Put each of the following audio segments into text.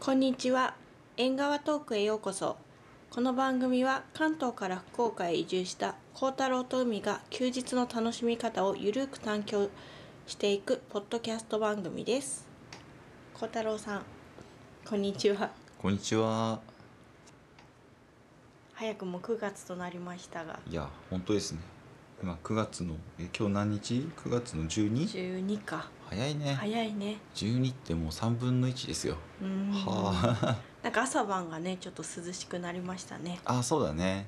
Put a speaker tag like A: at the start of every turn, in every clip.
A: こんにちは縁側トークへようこそこの番組は関東から福岡へ移住した幸太郎と海が休日の楽しみ方をゆるく探求していくポッドキャスト番組です幸太郎さんこんにちは
B: こんにちは。
A: 早くも9月となりましたが
B: いや、本当ですね。今9月のえ今日何日？9月の12？
A: 12か
B: 早いね。
A: 早いね
B: 12ってもう3分の1ですよ。
A: うーん
B: は
A: なんか朝晩がねちょっと涼しくなりましたね
B: あ。あ、 そうだね。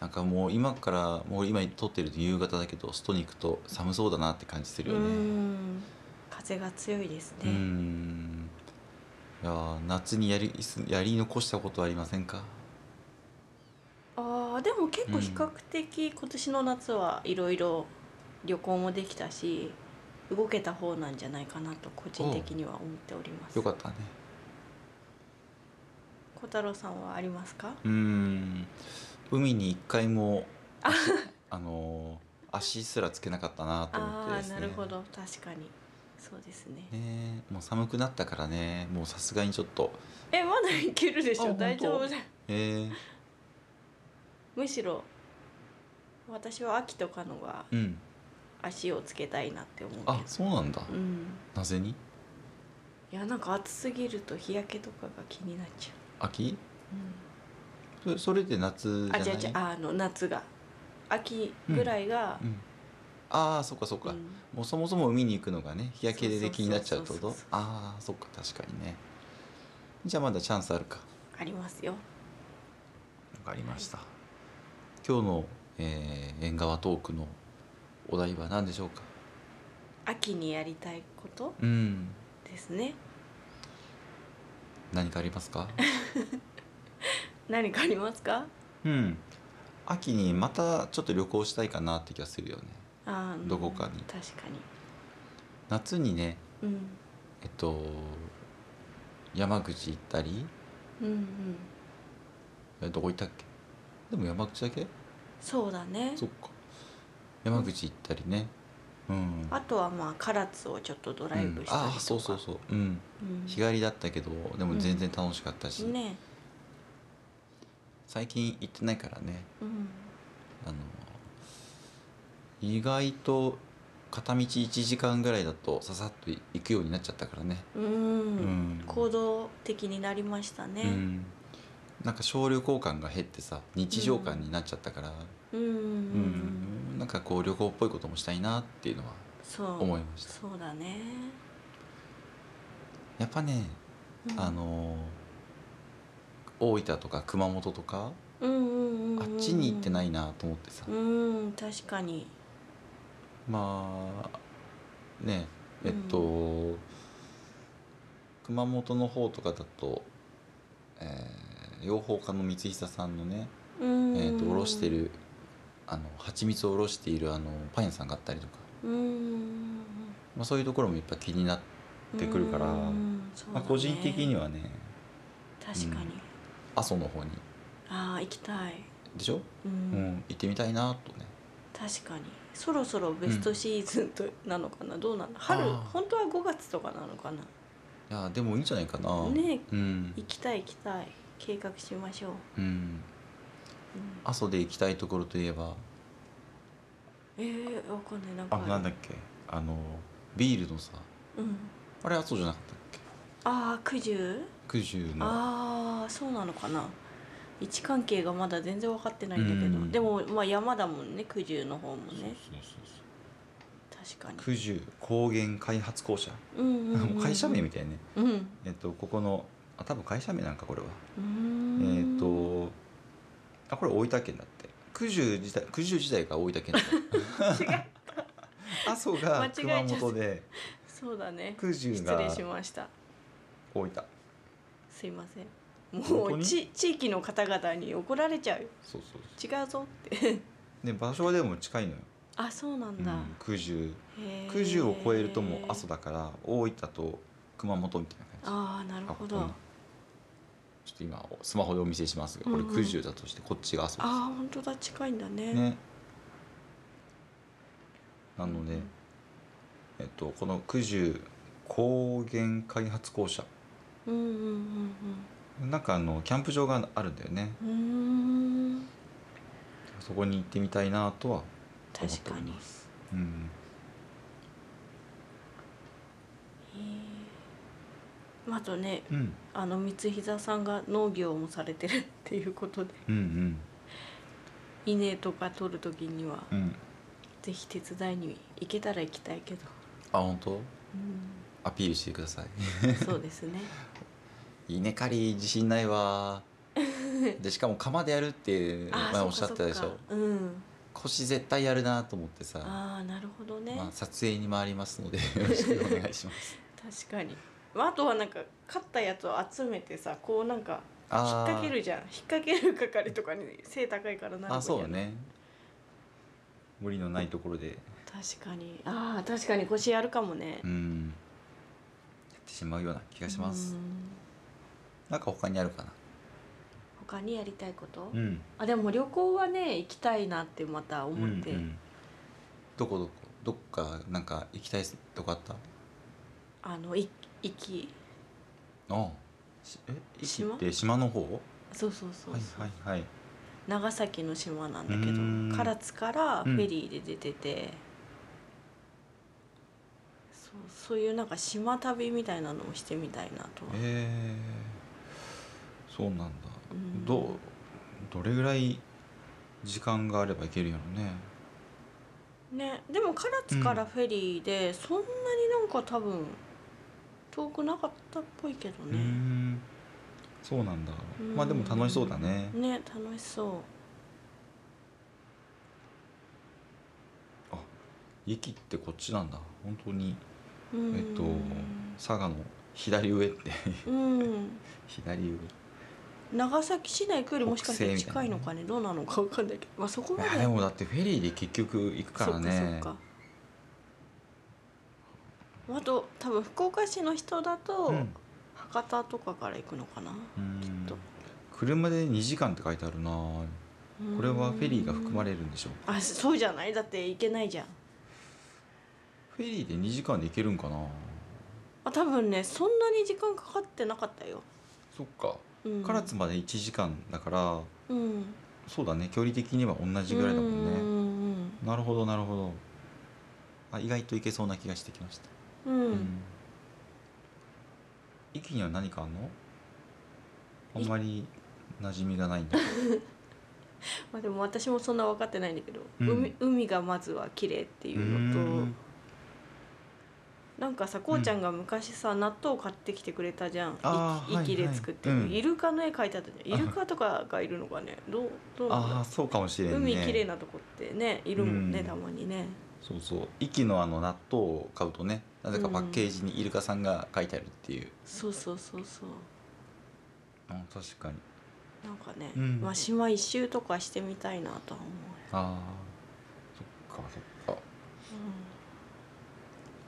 B: なんかもう今からもう今撮ってると夕方だけど、外に行くと寒そうだなって感じする
A: うー
B: よね。
A: ん風が強いです
B: うー
A: ね
B: ん。いやー夏にやりやり残したことはありませんか？
A: あーでも結
B: う
A: 構
B: ん
A: 比較的今年の夏はいろいろ旅行もできたし動けた方なんじゃないかなと個人的には思っております
B: よかったね。
A: 小太郎さんはありますか
B: うーん。海に一回も足あのー足すらつけなかったなと思っ
A: あ
B: て
A: あ
B: で
A: ー
B: すね。
A: なるほど確かにそうですね
B: ねえもう寒くなったからねもうさすがにちょっと
A: えまだいけるでし
B: あ
A: ょ
B: 本当
A: 大丈夫だよ
B: えー、
A: むしろ私は秋とかのが
B: うん
A: 足をつけたいなって思うけど
B: あそうなんだ
A: うん
B: なぜに
A: いやなんか暑すぎると日焼けとかが気になっちゃ
B: 秋
A: う、うん
B: そそれで夏じゃ
A: あ、
B: ない
A: じゃあじゃああの夏が秋ぐらいが、
B: うん、ああそっかそっか、
A: うん
B: もうそもそも海に行くのがね日焼け
A: そうそうそうそ
B: で
A: う
B: 気になっちゃうってこと
A: そうそう
B: ああそっか確かにねじゃあまだチャンスあるか
A: ありますよ。
B: わかりました今日の、えー、縁側トークのお題は何でしょうか
A: 秋にやりたいこと
B: うん
A: ですね。
B: 何かありますか
A: 何かありますか？
B: うん秋にまたちょっと旅行したいかなって気がするよね
A: あー、うん
B: どこかに
A: 確か
B: 夏にね
A: に。うん
B: えっと山口行ったり
A: うんうん。
B: えどこ行ったっけでも山口だけ
A: そうだね。
B: そっか山口行ったりねうん
A: あとはまあ唐津をちょっとドライブしたりとか。
B: うん、ああそうそうそううん
A: うん
B: 日帰りだったけどでも全然楽しかったし、
A: ね。
B: 最近行ってないからね
A: うん。
B: あの意外と片道1時間ぐらいだとささっと行くようになっちゃったからね
A: うん、
B: うん
A: 行動的になりました
B: う
A: ね。
B: んなんか少量交換が減ってさ日常感になっちゃったから、
A: うん。うんうん
B: う
A: うん、
B: ん、なんかこう旅行っぽいこともしたいなっていうのは
A: そう。
B: 思いました、
A: そうだね。
B: やっぱね、
A: うん
B: あのー大分とか熊本とか、
A: うんうんうんうん、
B: あっちに行ってないなと思ってさ、
A: うん確かに
B: まあねえっと、熊本の方とかだと、えー養蜂家の光久さんのね、
A: え
B: え
A: ー
B: ー、と卸してるあの蜂蜜を卸しているあのパン屋さんがあったりとか、
A: うん
B: まあ、そういうところもやっぱ気になって、てくるから
A: うんそうだ
B: まあ、
A: ね
B: 個人的にはね
A: 確かに、
B: うん阿蘇の方に
A: ああ行きたい
B: でしょ
A: うん、
B: うん、行ってみたいなとね
A: 確かにそろそろベストシーズンと、なのかなどうなの春
B: あー
A: 本当は5月とかなのかない
B: やでもいいんじゃないかな
A: ね
B: うん、
A: 行きたい行きたい計画しましょう、
B: うん、
A: うん
B: 阿蘇で行きたいところといえば
A: えー、わかんないなんか
B: あ
A: ある
B: なんだっけあのビールのさ
A: うん
B: あれ阿蘇じゃなかったっけ
A: ああ九十
B: 九十の
A: ああそうなのかな位置関係がまだ全然分かってないんだけど、
B: うん
A: でもまあ山だもんね九十の方もね
B: そうそうそう
A: 確かに
B: 九十高原開発公社、
A: うんうん、うん、
B: 会社名みたいね
A: うんう
B: えっとここのあ多分会社名なんかこれは
A: ー
B: え
A: ん
B: ーっとあこれ大分県だって九十自体九十自体が大分県だ 阿蘇が
A: 間
B: 熊
A: 違えちゃった
B: 本で
A: そうだね
B: 九十
A: 失礼
B: が
A: しました
B: 大分
A: すいませんも
B: 本当
A: う
B: に
A: ち地域の方々に怒られちゃうよ
B: そうそう
A: 違うぞって
B: で場所はでも近いのよ、
A: あそうな
B: うん
A: だ、
B: ん、九十
A: へー
B: 九十を超えるともう阿蘇だから大分と熊本みたいな感じ
A: ああなるほど
B: あこん
A: あ
B: なちょっと今スマホでお見せしますがこれ
A: うんうん
B: 九十だとしてこっちが阿蘇
A: あー本当だ近いんだ
B: で
A: ね
B: すねなの
A: う
B: で
A: ん
B: えっとこの九十高原開発公社
A: うんうん
B: なんかあのキャンプ場があるんだよね
A: うんうんうーん
B: そこに行ってみたいなとは思っ
A: 確
B: てお
A: か
B: り
A: に
B: ますうん
A: あとね
B: うん
A: あの光膝さんが農業もされてるっていうことで
B: うんうん
A: 稲とか取る時には
B: うん
A: ぜひ手伝いに行けたら行きたいけど、
B: あ本当
A: う
B: アピールしてください
A: ん、そうですね
B: 稲刈り自信ないわでしかも釜でやるって
A: あー
B: 前
A: そ
B: おっしゃってたでし
A: かそ
B: ょ
A: かうん
B: 腰絶対やるなと思ってさ
A: ああなるほどね、
B: まあ、撮影に回りますのでよろしくお願い します
A: 確かに、まあ、あとはなんか買ったやつを集めてさこうなんか引っ
B: あー
A: 掛けるじゃん引っ掛ける係とかに背高いからなる
B: あそうね無理のないところで
A: 確かにああ確かに腰やるかもね
B: うんやってしまうような気がします、
A: うん
B: なんか他にあるかな
A: 他にやりたいこと、
B: うん
A: あでも旅行はね行きたいなってまた思って、
B: うんうんどこどこどっかなんか行きたいとこあった
A: あのい行き
B: あしえ石
A: 島
B: って島の方
A: そうそうそうそう、
B: はいはいはい
A: 長崎の島なん
B: うー
A: だ
B: ん
A: けど唐津からフェリーで出てて、そうそういうなんか島旅みたいなのもしてみたいなとは、
B: えー、そうなんだ、
A: うん
B: どうどれぐらい時間があれば行けるやろね
A: ね、でも唐津からフェリーで、そんなになんか多分遠くなかったっぽいけど
B: う
A: ね、
B: んそうなんだ
A: うん
B: まあでも楽しそうだね
A: ね楽しそ
B: 駅ってこっちなんだ本当に
A: う、うん、
B: えっと佐賀の左上って
A: うん
B: 左上
A: 長崎市内行くよりもしかしたら
B: 北西みた
A: 近
B: い
A: い
B: な
A: のかねどうなのかわかんないけど、まあ、そこま
B: いや
A: で
B: でもだってフェリーで結局行くからね
A: そっかそっかあと多分福岡市の人だと、
B: うん
A: 博多とかから行くのかな
B: うん
A: きっと
B: 車で2時間って書いてあるなこれはフェリーが含ま
A: れ
B: れるんでしょう
A: あそうじゃないだって行けないじゃん
B: フェリーで2時間で行けるんかな
A: あ多分ねそんなに時間かかってなかったよ、
B: そっか
A: うん、
B: 唐津まで1時間だから
A: うん
B: そうだね距離的には同じぐらいだもんね
A: ね
B: なるほどなるほどあ意外といけそうな気がしてきました
A: うん、うん
B: うん駅には何かあんのあんまり馴染みがないんだ
A: まあ、でも私もそんな分かってないんだけど、
B: うん
A: 海海がまずは綺麗っていうのと
B: うん
A: なんかさこうちゃんが昔さ、納豆を買ってきてくれたじゃん
B: あー
A: い
B: はい
A: 息で作ってる、
B: はいうん
A: イルカの絵描いてあったじゃんイルカとかがいるのかねどうどうなんだろ
B: ああそうかもしれ
A: うん
B: ね
A: 海綺麗なとこってねいるもんね、
B: うん
A: たまにね
B: そうそう駅のあの納豆を買うとねなぜかパッケージにイルカさんが書いてあるっていう、
A: そうそうそうそう
B: あ確かに
A: なんかね、
B: うん
A: まあ島一周とかしてみたいなとは思
B: あーそっかそっか
A: う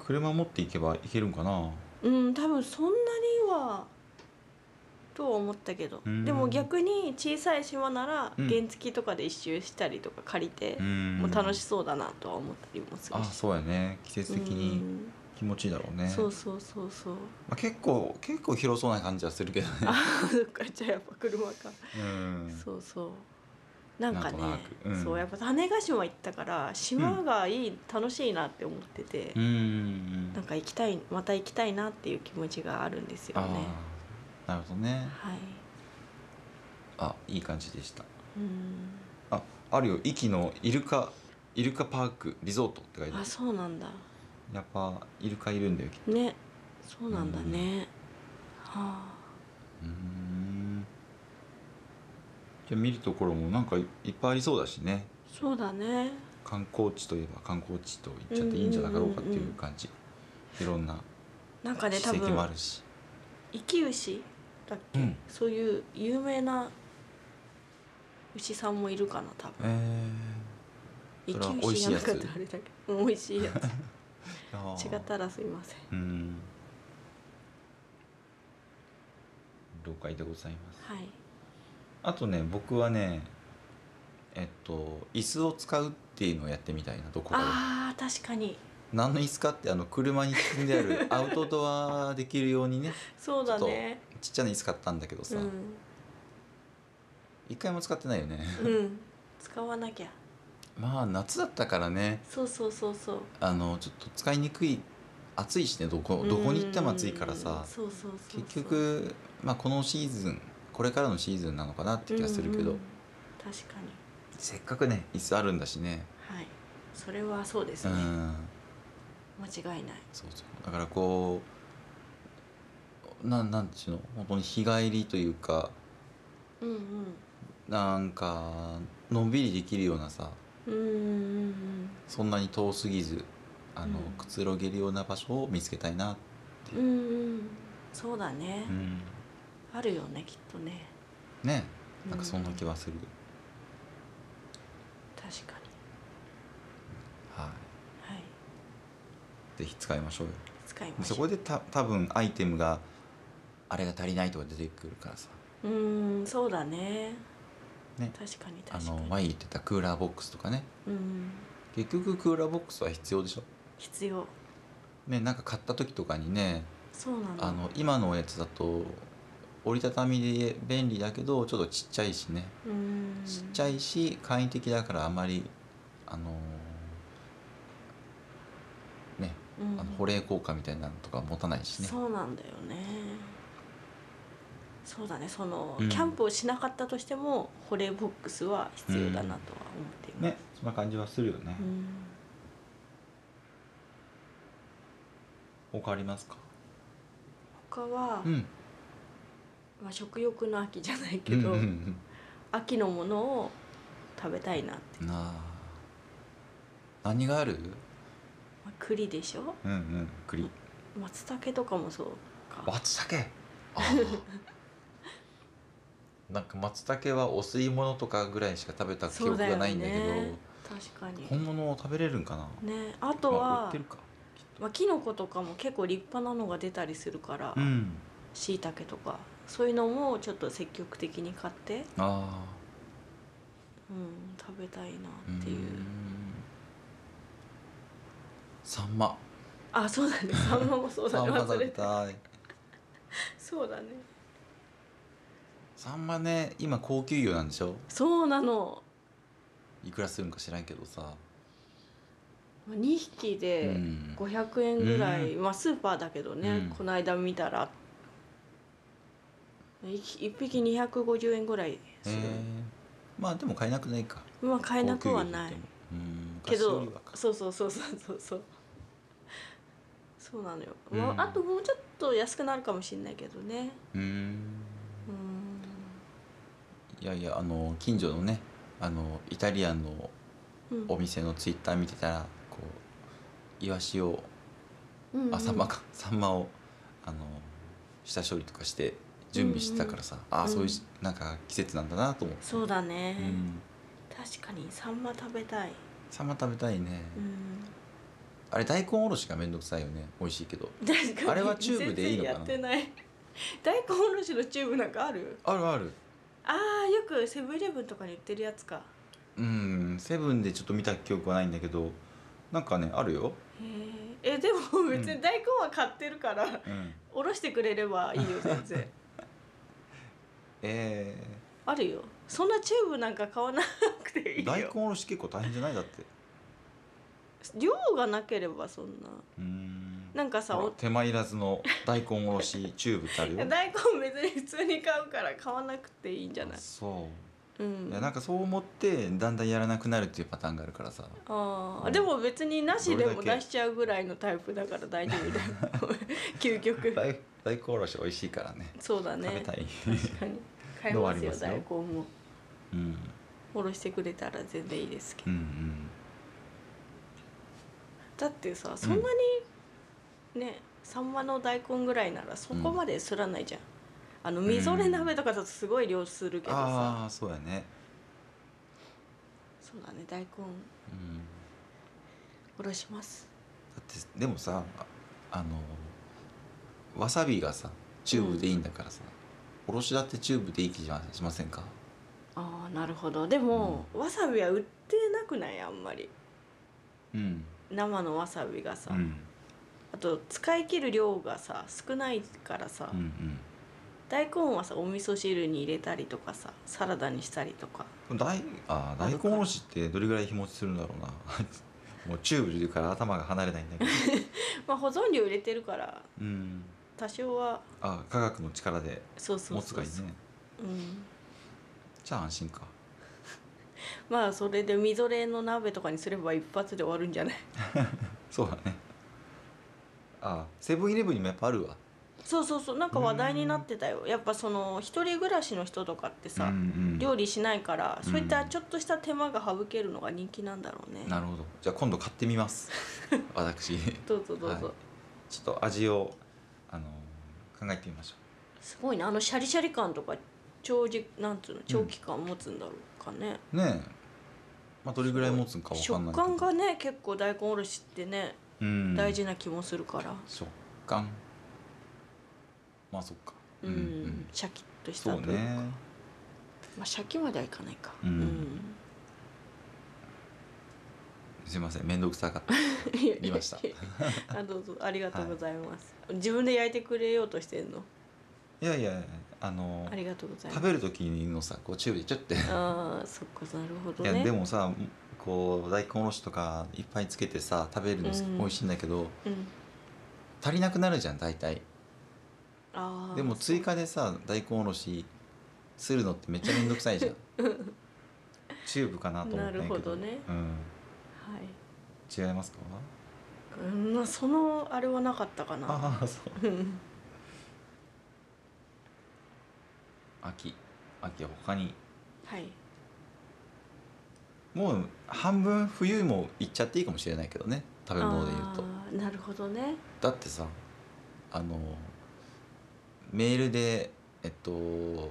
B: 車持っていけば行けるんかな
A: ようん、うん、多分そんなにはとは思ったけど、
B: うん
A: でも逆に小さい島なら
B: うん
A: 原付とかで一周したりとか借りて
B: う、ん
A: もう楽しそうだなとは思ったりもする
B: あ
A: し
B: そうやね季節的
A: う
B: に
A: ん
B: 気持ちいいだろうね、
A: そうそうそうそう
B: まあ、結構結構広そうな感じはするけどね
A: そっかじゃあやっぱ車か、
B: うん
A: そうそうなんかね
B: なんとなくうん
A: そうやっぱ種子島行ったから島がいい、楽しいなって思ってて、
B: うんうん
A: なんか行きたいまた行きたいなっていう気持ちがあるんですよ
B: あ
A: ね
B: あなるほどね
A: はい
B: あいい感じでした
A: うん
B: ああるよ壱岐のイルカイルカパークリゾートって書いてあ
A: あ
B: る
A: そうなんだ
B: やっぱイルカいるんだよ
A: ねそうなんだね、は
B: うーんじゃあ見るところもなんかいいっぱいありそうだしね
A: あそうだね
B: 観光地といえば観光地と言っちゃっていいんじゃなかろうかっていう感じ、いろん
A: なんか
B: な
A: ね多
B: 史跡もあ
A: 分
B: るし、
A: 生き牛だっけ、
B: うん
A: そういう有名な牛さんもいるかな多分生
B: えそれは
A: き牛じゃなかったらあ
B: 美
A: れだけど美味しいや
B: ー
A: つ違ったらすいません
B: うん了解でございます
A: はい
B: あとね僕はねえっと椅子を使うっていうのをやってみたいなどこかで
A: あー確かに
B: 何の椅子かってあの車に積んである アウトドアできるようにね
A: そうだね
B: ちっちゃな椅子買ったんだけどさ、
A: うん、
B: 一回も使ってないよね
A: うん、使わなきゃ
B: まあ夏だったからね
A: そうそうそうそう
B: あのちょっと使いにくい暑いしねどこどこに行っても暑いから
A: う
B: さ
A: んそうそうそうそう
B: 結局、まあ、このシーズンこれからのシーズンなのかなって気がするけど、
A: うんうん確かに
B: せっかくね椅子あるんだしね
A: はいそれはそうです
B: う
A: ね、
B: ん
A: 間違いない
B: そうそうだからこうなんなんていうの本当に日帰りというか
A: うん
B: なんかのんびりできるようなさ
A: うんうんうんうん
B: そんなに遠すぎずあの、
A: うん
B: くつろげるような場所を見つけたいな、
A: うんうんそうだね
B: う、ん、
A: あるよねきっとね
B: ねなんかそんな気はする、
A: 確かに
B: は
A: はい
B: いぜひ使いましょうよ
A: 使い
B: で
A: まし
B: そ
A: ょう
B: こでた多分アイテムがあれが足りないとか出てくるからさ
A: うーんそうだね
B: ね
A: 確かに
B: あ
A: 確か
B: の
A: に
B: 前言ってたクーラーボックスとかね
A: うん
B: 結局クーラーボックスは必要でしょ
A: 必要
B: ねなんか買った時とかにね
A: そうなの
B: あの今のやつだと折りたたみで便利だけどちょっとちっちゃいしね
A: うーん
B: ちっちゃいし簡易的だからあまりあのーね
A: うん
B: あの保冷効果みたいなのとか持たないしね
A: そうなんだよねそうだねその、
B: うん
A: キャンプをしなかったとしても保冷ボックスは必要だなとは思っています、
B: ねそんな感じはするよね
A: うん
B: 他ありますか
A: 他は、
B: うん
A: まあ、食欲の秋じゃないけど、
B: うんうん
A: 秋のものを食べたいなって、
B: うんなあ何がある
A: まあ、栗でしょ
B: うんうん栗
A: 松茸とかもそうか
B: 松茸あ ーなんか松茸はお吸い物とかぐらいしか食べた記
A: そう
B: 憶
A: だ
B: が
A: よ
B: ないんだけど
A: ね確かに
B: 本物を食べれるんかな
A: ねあ
B: あ
A: と
B: 売っ
A: は
B: てるか
A: まあ、キノコとかも結構立派なのが出たりするから、
B: うん
A: しいたけとかそういうのもちょっと積極的に買って、
B: ああ
A: うん、食べたいなっていう、
B: サンマ
A: あそう だねサンマもそう
B: サ
A: だ
B: ン
A: ね
B: マ
A: 忘
B: 食べ
A: れて
B: たい
A: そうだね
B: サンマね今高級魚なんでしょ
A: そうなの
B: いくらするんか知らんけどさ、
A: 2匹で
B: うん
A: 500円ぐらい、
B: う
A: まあスーパーだけどね、
B: うん
A: この間見たら 1, 匹250円ぐらいす
B: え
A: る、
B: ーまあでも買えなくないか
A: まあ買えなくはない
B: 高
A: け
B: 級魚
A: ど
B: といってもうん昔よりはか
A: そうそうそうそうそうそうそうなのよ、
B: うん
A: まあ、あともうちょっと安くなるかもしれないけどね
B: うん
A: うん
B: いやいやあの近所のねあのイタリアンの
A: うん
B: お店のツイッター見てたらこうイワシを
A: うんうん
B: あサンマかサンマをあの下処理とかして準備してたからさ、ああそういうしなんか季節なんだなと思って、
A: そうだね、
B: うん、
A: 確かにサンマ食べたい
B: サンマ食べたいね、
A: うん
B: あれ大根おろしがめんどくさいよね美味しいけど
A: 確かに
B: あれはチューブでいいのかな
A: 全然やってない 大根おろしのチューブなんかある
B: あるある
A: あーよくセブンイレブンとかに売ってるやつか
B: うんセブンでちょっと見た記憶はないんだけどなんかねあるよ、
A: へーえでも別に大根は買ってるから、
B: うん、
A: おろしてくれればいいよ全 然
B: え
A: あるよそんなチューブなんか買わなくてい
B: ー、
A: い
B: 大
A: よ
B: 根おろし結構大変じゃないだって
A: 量がなければそんな
B: うん
A: なんかさ
B: ほら
A: お
B: 手間いらずの大根おろしチューブってある よ
A: 大根別に普通に買うから買わなくていいんじゃない
B: そうう、
A: ん
B: いやなんかそう思ってだんだんやらなくなるっていうパターンがあるからさ
A: あ
B: う
A: ー
B: ん
A: でも別になしでも
B: どれだ
A: 出
B: け
A: しちゃうぐらいのタイプだから大丈夫だよ 究極
B: 大大根おろし美味しいからね
A: そうだね
B: 食べ たい、
A: 確かに買い
B: のは
A: ま
B: あ
A: す
B: り
A: よ
B: ますよ
A: 大根も
B: うん、
A: おろしてくれたら全然いいですけ
B: う
A: ど、
B: んうん
A: だってさそんなに、ねサンマの大根ぐらいならそこまですらないじゃん、あのみぞれ鍋とかだとすごい量するけどさ、
B: ああそうやね、
A: そうだね大根
B: うん、
A: おろします
B: だってでもさあのわさびがさチューブでいいんだからさ、おろしだってチューブでいい気じゃしませんか
A: ああなるほどでも、わさびは売ってなくないあんまり
B: うん
A: 生のわさびがさ、
B: うん
A: あと使い切る量がさ少ないからさ、
B: うんうん
A: 大根はさお味噌汁に入れたりとかさサラダにしたりとか
B: 大あ
A: あ
B: ー
A: る
B: 大根
A: から
B: おろしってどれぐらい日持ちするんだろうな もうチューブで言うから頭が離れないんだ けど
A: まあ保存料入れてるから
B: うん
A: 多少は
B: あ科学の力で
A: そうそう
B: 持つ
A: そ
B: が
A: う
B: いいね
A: そう、うん、
B: じゃあ安心か
A: まあそれでみぞれの鍋とかにすれば一発で終わるん じゃない
B: そうだねあセブンイレブンにもやっぱあるわ
A: そうそうそうなんか話題になってたよやっぱその一人暮らしの人とかってさ、
B: ん
A: 料理しないからそういった
B: うん
A: ちょっとした手間が省けるのが人気なんだろうね、
B: なるほどじゃあ今度買ってみます 私
A: どうぞどうぞ、
B: はいちょっと味をあの考えてみましょ
A: すごいねあのシャリシャリ感とか長時なんつうの長期間持つんだろうかね、
B: うねえまあどれぐらい持つんかわかんな
A: 食
B: いけ
A: 感
B: ど
A: がね結構大根おろしってね
B: うん
A: 大事な気もするから
B: 食感まあそっか
A: うん、シャキッとした
B: そう
A: というか、
B: ね
A: まあシャキまではいかないか
B: うんすいません面倒くさ かった
A: うんいや
B: 言いましたい
A: あどうぞありがとうございます、自分で焼いてくれようとしてんの
B: やいやあの
A: ありがとうございま
B: 食
A: す
B: べる時のさこうチューブでちょって
A: ああそっかなるほど
B: いや
A: ね
B: でもさこう大根おろしとかいっぱいつけてさ食べるのす
A: うん
B: 美味しいんだけど、
A: うん、
B: 足りなくなるじゃん大体
A: ああ
B: でも追加でさ大根おろしするのってめっちゃ面倒く さいじゃんチューブかなと思ってんやけ
A: なるほどね
B: うん、
A: はい
B: 違いますか
A: うんまあそのあれはなかったかな
B: ああそ う
A: うん
B: 秋秋は他に
A: はい
B: もう半分冬も行っちゃっていいかもしれないけどね食べ物で言うと
A: あーなるほどね
B: だってさあのメールでえっと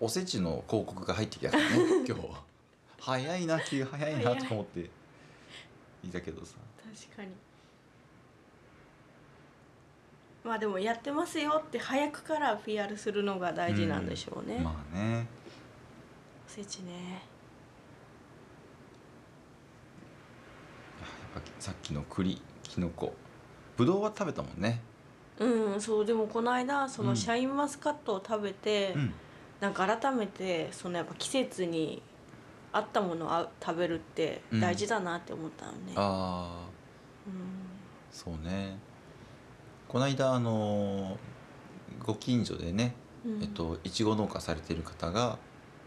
B: おせちの広告が入ってきたからね今日早いな急早いなとか思っていたけどさ
A: 確かにまあでもやってますよって早くから PR するのが大事なんでしょうね、お
B: まあね
A: せちね
B: やっぱさっきの栗きのこぶどうは食べたもんね
A: うんそうでもこの間そうの
B: ん
A: シャインマスカットを食べて、
B: うん
A: なんか改めてそのやっぱ季節に合ったものをあ食べるって大事だなって思ったのね、うん
B: ああそうねこの間あのご近所でね、
A: うん
B: えっといちご農家されてる方が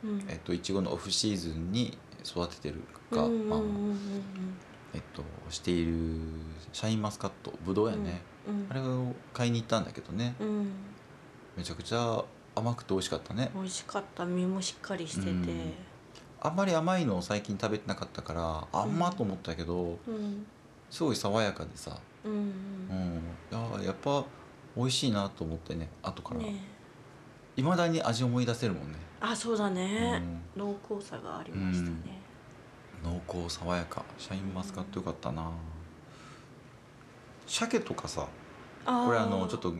A: うん
B: えっと、いちごのオフシーズンに育ててるか、
A: うんうん
B: まあ
A: うんうん
B: えっと、しているシャインマスカットぶどうやね、
A: うん
B: あれを買いに行ったんだけどね
A: うん
B: めちゃくちゃ甘くて美味しかったね
A: 美味しかった身もしっかりしてて
B: うんあんまり甘いのを最近食べてなかったからあんまと思ったけど、
A: うん
B: すごい爽やかでさ、
A: うん
B: う
A: うん
B: ん、あやっぱ美味しいなと思ってね後から
A: ね
B: いま、未だに味思い出せるもんね、
A: あそうだね、濃厚さがありましたね、
B: うん、濃厚爽やかシャインマスカットよかったな、鮭とかさ
A: あー
B: これあのちょっと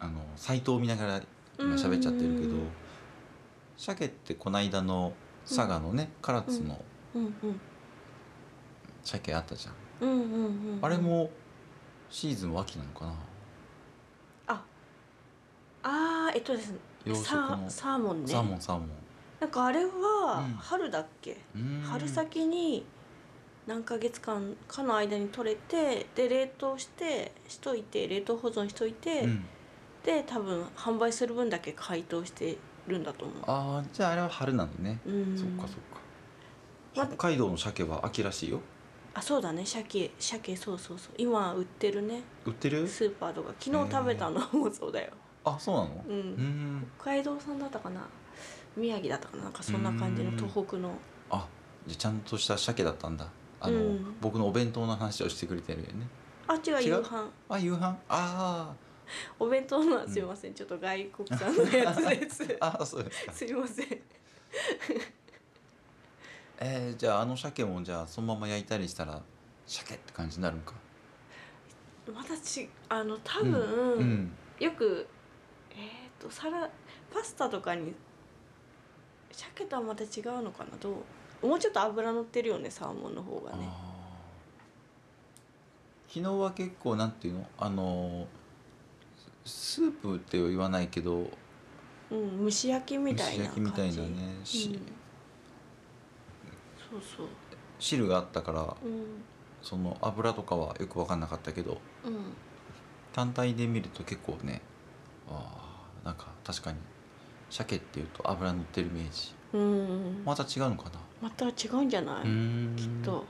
B: あのサイトを見ながら今喋っちゃってるけ
A: う
B: ど
A: ん
B: 鮭ってこの間の佐賀のね唐津の
A: うんうん
B: 鮭あったじゃ
A: う
B: ん、
A: んうんうん
B: あれもシーズンは秋なのかな
A: ああーえっとですね
B: 養
A: サ
B: 殖の
A: ーサーモンね
B: サーモンサーモン
A: なんかあれは
B: うん
A: 春だっけ、
B: うーん
A: 春先に何ヶ月間かの間に取れてで冷凍してしといて冷凍保存しといて、
B: うん
A: で多分販売する分だけ解凍してるんだと思う
B: ああじゃああれは春なのね、
A: うん
B: そっかそっ
A: ま
B: か北海道の鮭は秋らしいよ
A: あそうだね鮭鮭そうそうそう今売ってるね
B: 売ってる
A: スーパーとか昨日食べたのもそうだよ、
B: あそうなの
A: う
B: うんーん
A: 北海道産だったかな宮城だったかななんかそんな感じの
B: うん
A: 東北の
B: あじゃあちゃんとした鮭だったんだあの、
A: うん
B: 僕のお弁当の話をしてくれてるよね
A: あ違う
B: 違う
A: 夕飯
B: あ夕飯あ
A: お弁当の
B: ん
A: すいませんちょっと外国産のやつです
B: ーあそうですか
A: すいません
B: えー、じゃああの鮭もじゃあそのまま焼いたりしたら鮭って感じになるんか
A: 私あの多分、
B: うん
A: よくえっ、とサラパスタとかに鮭とはまた違うのかなどうもうちょっと脂乗ってるよねサーモンの方がね
B: あ昨日は結構なんていうのあのスープって言わないけど
A: うん蒸し焼きみ
B: 蒸
A: たい
B: し
A: な
B: 焼き
A: 感
B: み
A: じ
B: たいなね、し
A: うん、そうそう
B: 汁があったから
A: うん
B: その油とかはよく分かんなかったけど
A: うん
B: 単体で見ると結構ねあーなんか確かに鮭っていうと油乗ってるイメージ
A: うん、
B: また違うのかな
A: また違うんじゃない、
B: うーん
A: きっと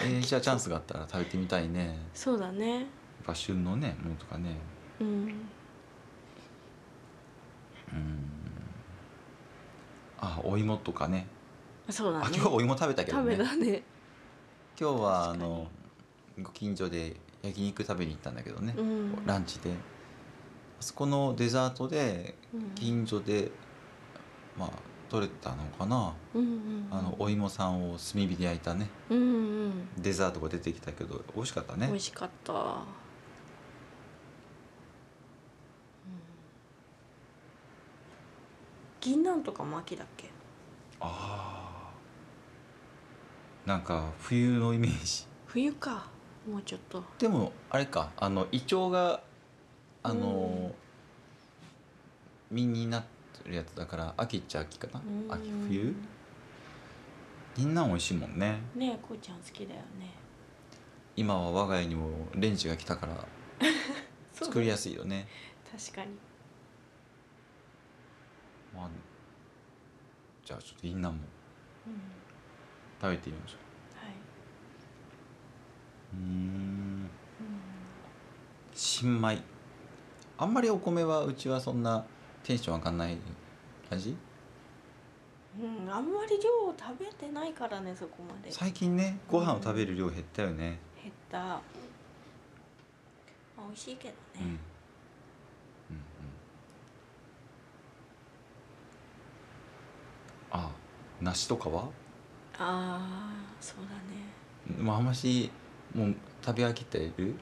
B: えーじゃあチャンスがあったら食べてみたいねやっ
A: そうだね
B: ぱ旬のねものとかね
A: うん
B: うーんあお芋とかね
A: そうだ
B: あ
A: ね
B: 今日お芋食べたけど
A: 食
B: ね
A: べたね
B: 今日はあ
A: 確かに
B: のご近所で焼肉食べに行ったんだけどね、
A: うん
B: ランチであそこのデザートで
A: うん
B: 近所で、まあ取れたのかな
A: うんうん
B: あのお芋さんを炭火で焼いたね
A: うんうん
B: デザートが出てきたけど美味しかった
A: 美
B: ね
A: 味しかった、うん、銀杏とかも秋だっけ
B: あーなんか冬のイメージ
A: 冬かもうちょっと
B: でもあれかあのイチョウがあの、実になってるやつだから秋っちゃ秋かな
A: うん
B: 秋冬みんな美味しいもんね
A: ねえこうちゃん好きだよね
B: 今は我が家にもレンジが来たから作りやすいよね
A: 確かに
B: まあ、じゃあちょっとインナーも
A: うん
B: 食べてみましょ
A: はい、
B: ううーん新米あんまりお米はうちはそんなテンション上がんない味
A: うんあんまり量を食べてないからねそこまで
B: 最近ねご飯を食べる量減ったよね
A: 減った、まあ、美味しいけど
B: うん、うん
A: ね、
B: うん、あ梨とかは
A: ああそうだね
B: まああんましもう食べ飽きてる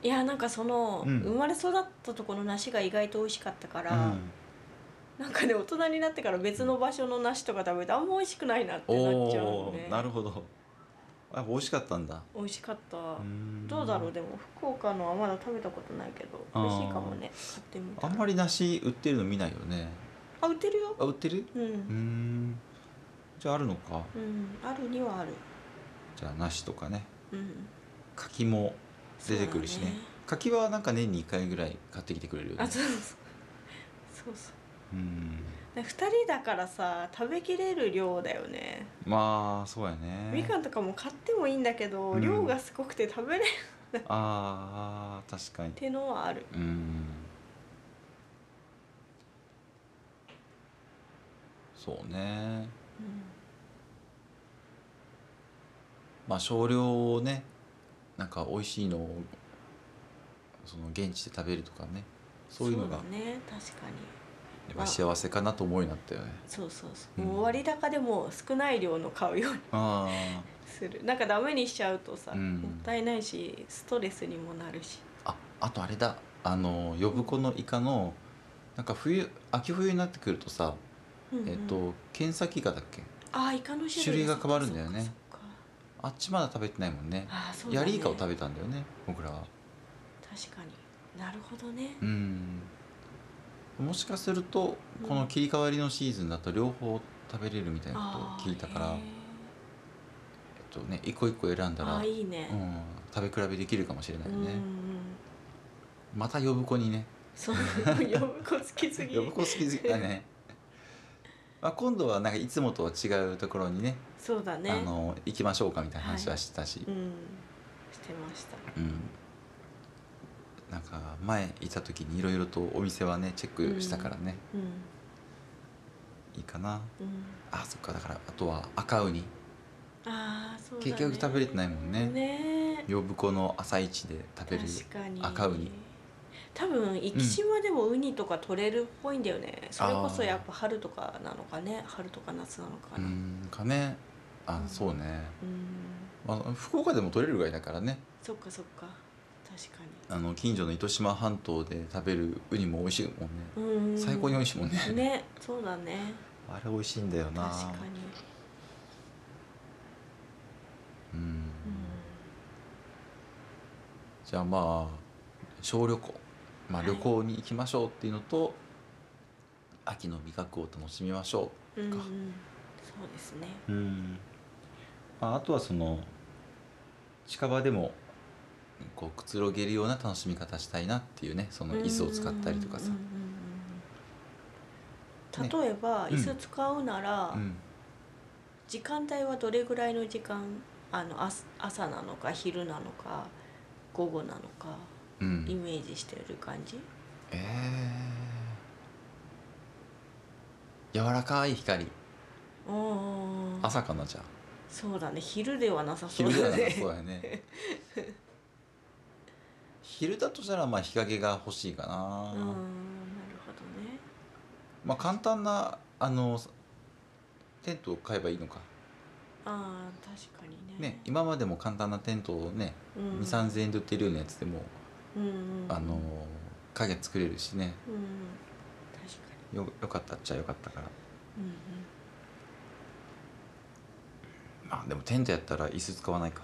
A: いやなんかその、
B: うん
A: 生まれ育ったとこの梨が意外と美味しかったから、
B: うん
A: なんかね大人になってから別の場所の梨とか食べてあんま美味しくないなってなっちゃう
B: お
A: の
B: お、
A: ね
B: なるほどやっぱ美味しかったんだ
A: 美味しかった、
B: ん
A: どうだろうでも福岡のはまだ食べたことないけど
B: あー
A: 美味しいかもね買ってみた
B: あ
A: ら
B: んまり梨売ってるの見ないよね
A: あ売ってるよ
B: あ売ってる
A: うん、う
B: うー
A: ん
B: んじゃああるのか
A: あるにはある
B: じゃあ梨とかね
A: うん
B: 柿も出てくるしね
A: そうだね
B: 柿はなんか年に1回ぐらい買ってきてくれるよね
A: あそうそうそうそう
B: うん
A: で2人だからさ食べきれる量だよね
B: まあそうやね
A: みかんとかも買ってもいいんだけど、
B: うん
A: 量がすごくて食べれるっ
B: あー確かに
A: てのはある
B: うんそうね
A: う
B: まあ少量をねなんか美味しいのをその現地で食べるとかねそういうのが
A: だね確かに
B: やっぱ幸せかなと思うようになったよね
A: そうそうそうう、
B: ん
A: もう割高でも少ない量の買うように
B: あ
A: するなんかダメにしちゃうとさ、
B: うん
A: もったいないしストレスにもなるし
B: あああとあれだあの呼子のイカのなんか冬秋冬になってくるとさ、
A: うんうん
B: えっと検査イカだっけ
A: あーイカの種類
B: 種類が変わるんだよね
A: そっかそっか
B: あっちまだ食べてないもんね
A: あーそうだ
B: ヤ
A: ね
B: リイカを食べたんだよね僕らは
A: 確かになるほどね
B: うんもしかするとこの切り替わりのシーズンだと両方食べれるみたいな
A: あ
B: こと
A: ー
B: を聞いたから、
A: へ
B: え
A: ー
B: っとね、一個一個選んだら
A: あーいいね、
B: うん、食べ比べできるかもしれないね、
A: うんうん
B: また呼子にね
A: そう呼ぶ子好きすぎ
B: 呼子好き好きだ ねまあ今度はなんかいつもとは違うところにね
A: そうだね
B: あの行きましょうかみたいな話はしてたし、
A: うんしてました
B: うん、なんか前いた時にいろいろとお店はねチェックしたからね、
A: うん
B: いいかな
A: うん
B: あそっかだからあとは赤ウニ、
A: ああそうだね
B: 結局食べれてないもんね
A: ね
B: 呼子の朝市で食べる
A: 確かに
B: 赤ウニ
A: 多分生島でもウニとか取れるっぽいんだよね、それこそやっぱ春とかなのかね春とか夏なのか
B: う
A: なうん、
B: んかねあ
A: うん
B: そうね、あの福岡でも取れるぐらいだからね
A: そっかそっか確か
B: あの近所の糸島半島で食べるウニも美味しいもんね、
A: にうん
B: 最高に美味しいもんね
A: ねそうだね
B: あれ美味しいんだよな
A: 確かに
B: うん、
A: うん
B: じゃあまあ小旅行、まあ、
A: はい
B: 旅行に行きましょうっていうのと、秋の味覚を楽しみましょ
A: うんうん
B: か
A: そうですね
B: う、まあ、あとはその近場でもこうくつろげるような楽しみ方したいなっていうねその椅子を使ったりとかさ
A: うんうんうんうん例えば、
B: ね
A: 椅子使うなら、
B: うん
A: 時間帯はどれぐらいの時間あの朝朝なのか昼なのか午後なのか
B: うん
A: イメージしてる感じ、
B: えー、柔らかい光
A: うんうん、
B: 朝かなじゃあ
A: そうだね昼ではなさ そう
B: 昼で
A: だ
B: はな
A: ね
B: さそうやね昼だとしたらまあ日陰が欲しいかな、
A: うんなるほどね
B: まあ簡単なあのテントを買えばいいのか
A: ああ確かにね
B: ね今までも簡単なテントをね、
A: うん、
B: 2 3 0円で売ってるようなやつでも、
A: うんうんうん、
B: あの影作れるしね
A: うん確か
B: よよかったっちゃよかったから
A: に、うんうん、
B: まあでもテントやったら椅子使わないか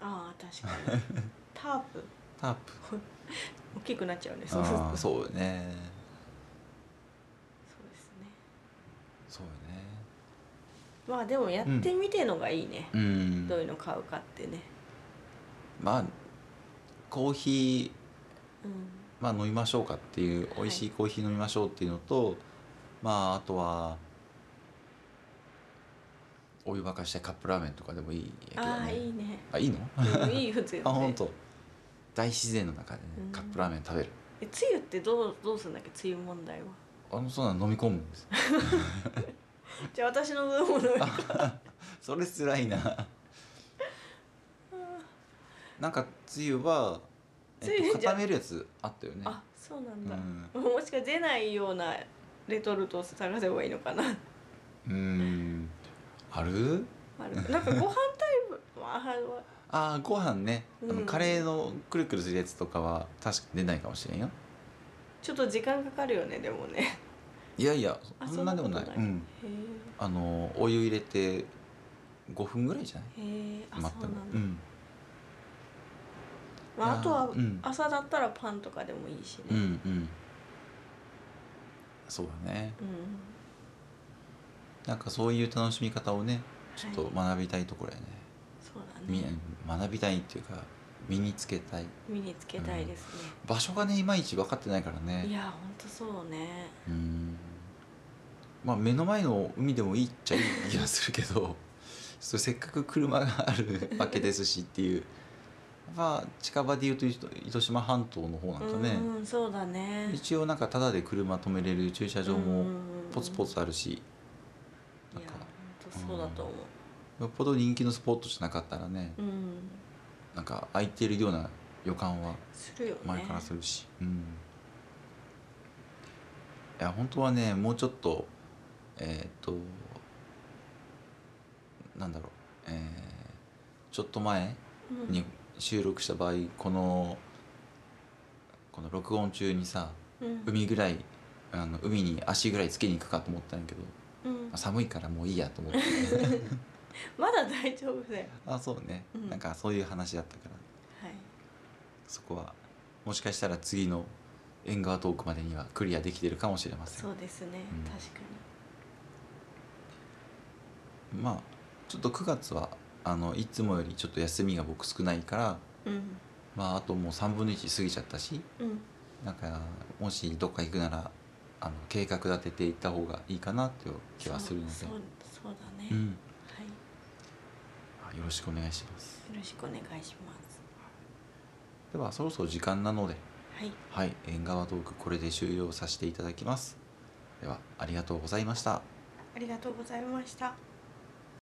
A: ああ確 かにタープ
B: タープ
A: 大きくなっちゃうねそうする
B: あ
A: と
B: あ
A: そう
B: そうよ
A: で
B: ね
A: すね
B: そうよね
A: まあでもやってみてのがいいね、
B: うん
A: どういうの買うかってね
B: まあコーヒー
A: うん
B: まあ、飲みましょうかっていう
A: はい
B: 美味しいコーヒー飲みましょうっていうのと、まああとはお湯沸かしてカップラーメンとかでもいいけどね
A: ああいいね
B: あいいの
A: うんいいよ全然
B: あ本当大自然の中でね
A: うん
B: カップラーメン食べる、
A: え梅雨ってどうどうするんだっけ梅雨問題は
B: あのそんなの飲み込むんです
A: じゃあ私の分も飲み
B: それ辛いな なんかつゆは、
A: つ
B: えっ
A: ゆ
B: と、
A: じゃ
B: 固めるやつあったよね
A: あそうなんだ、
B: う
A: もしか出ないようなレトルトを探せばいいのかな
B: うんある
A: あるなんかご飯タイプあは
B: ああご飯ねあ
A: う
B: の
A: ん
B: カレーのくるくるするやつとかは確かに出ないかもしれんよ
A: ちょっと時間かかるよねでもねへ
B: いやいや
A: あ
B: そんなでもない
A: そんなこと
B: う
A: ない
B: ん
A: え
B: あのお湯入れて5分ぐらいじゃない
A: へえあそう
B: 待
A: なん
B: って
A: だ
B: も、うん
A: ま
B: い
A: あ、
B: や
A: あとは
B: うん
A: 朝だったらパンとかでもいいしね
B: うんうんそうだね
A: うん
B: なんかそういう楽しみ方をねちょっ
A: は
B: と
A: い
B: 学びたいところやね、
A: そうだ
B: み
A: ね
B: 学びたいっていうか身につけたい
A: 身につけたいですね、
B: 場所がねいまいち分かってないから
A: い
B: ね
A: やほんとそうね
B: うんまあ目の前の海でもいいっちゃいい気がするけど そうせっかく車があるわけですしっていうまあ近場で言うと糸糸島半島の方なんかね、
A: うんうんそうだね
B: 一応なんかタダで車止めれる駐車場もポツポ
A: ツ
B: ツあるし、
A: いや
B: なんか
A: ほんとそうだと思
B: よっぽど人気のスポットじゃなかったらね、
A: ううん
B: なんか空いてるような予感は
A: するよね
B: 前からするし、うんいや本当はねもうちょっとえーっとなんだろう、えーちょっと前
A: うん
B: に収録した場合このこの録音中にさ
A: うん
B: 海ぐらいあの海に足ぐらいつけに行くかと思ったんやけど
A: うん
B: あ寒いからもういいやと 思って
A: まだ大丈夫だよ
B: あそうね、
A: うん
B: なんかそういう話だったから
A: はい
B: そこはもしかしたら次の縁側トークまでにはクリアできてるかもしれません
A: そうですね
B: うん
A: 確か
B: まあちょっと9月はあのいつもよりちょっと休みが僕少ないから
A: にうん
B: まああともう3分の1過ぎちゃったし
A: うん
B: なんかもしどっか行くならあの計画立てて行った方がいいかなという気はするので
A: そうそうそうだね
B: うん、
A: はい
B: あよろしくお願いします
A: よろしくお願いします
B: ではそろそろ時間なので
A: はい
B: はい縁側トークこれで終了させていただきますではありがとうございました
A: ありがとうございました